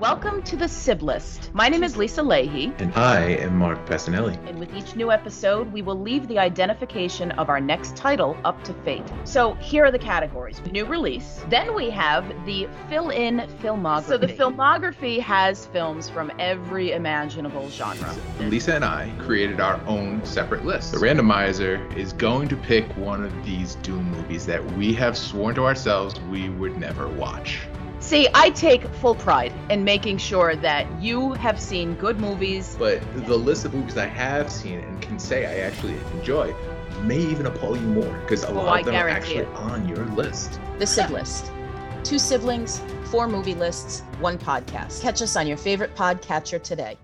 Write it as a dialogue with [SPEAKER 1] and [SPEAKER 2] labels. [SPEAKER 1] Welcome to the Sib List. My name is Lisa Leahy,
[SPEAKER 2] And I am Mark Passanelli.
[SPEAKER 1] and with each new episode, we will leave the identification of our next title up to fate. So here are the categories new release. Then we have the fill in filmography. So the filmography has films from every imaginable genre.
[SPEAKER 2] Lisa and I created our own separate list. The randomizer is going to pick one of these Doom movies that we have sworn to ourselves we would never watch.
[SPEAKER 1] See, I take full pride in making sure that you have seen good movies.
[SPEAKER 2] But the list of movies I have seen and can say I actually enjoy may even appall you more because a
[SPEAKER 1] Oh,
[SPEAKER 2] lot
[SPEAKER 1] I
[SPEAKER 2] of them are
[SPEAKER 1] guarantee
[SPEAKER 2] actually
[SPEAKER 1] it.
[SPEAKER 2] on your list.
[SPEAKER 3] The Sib List. Two siblings, four movie lists, one podcast. Catch us on your favorite podcatcher today.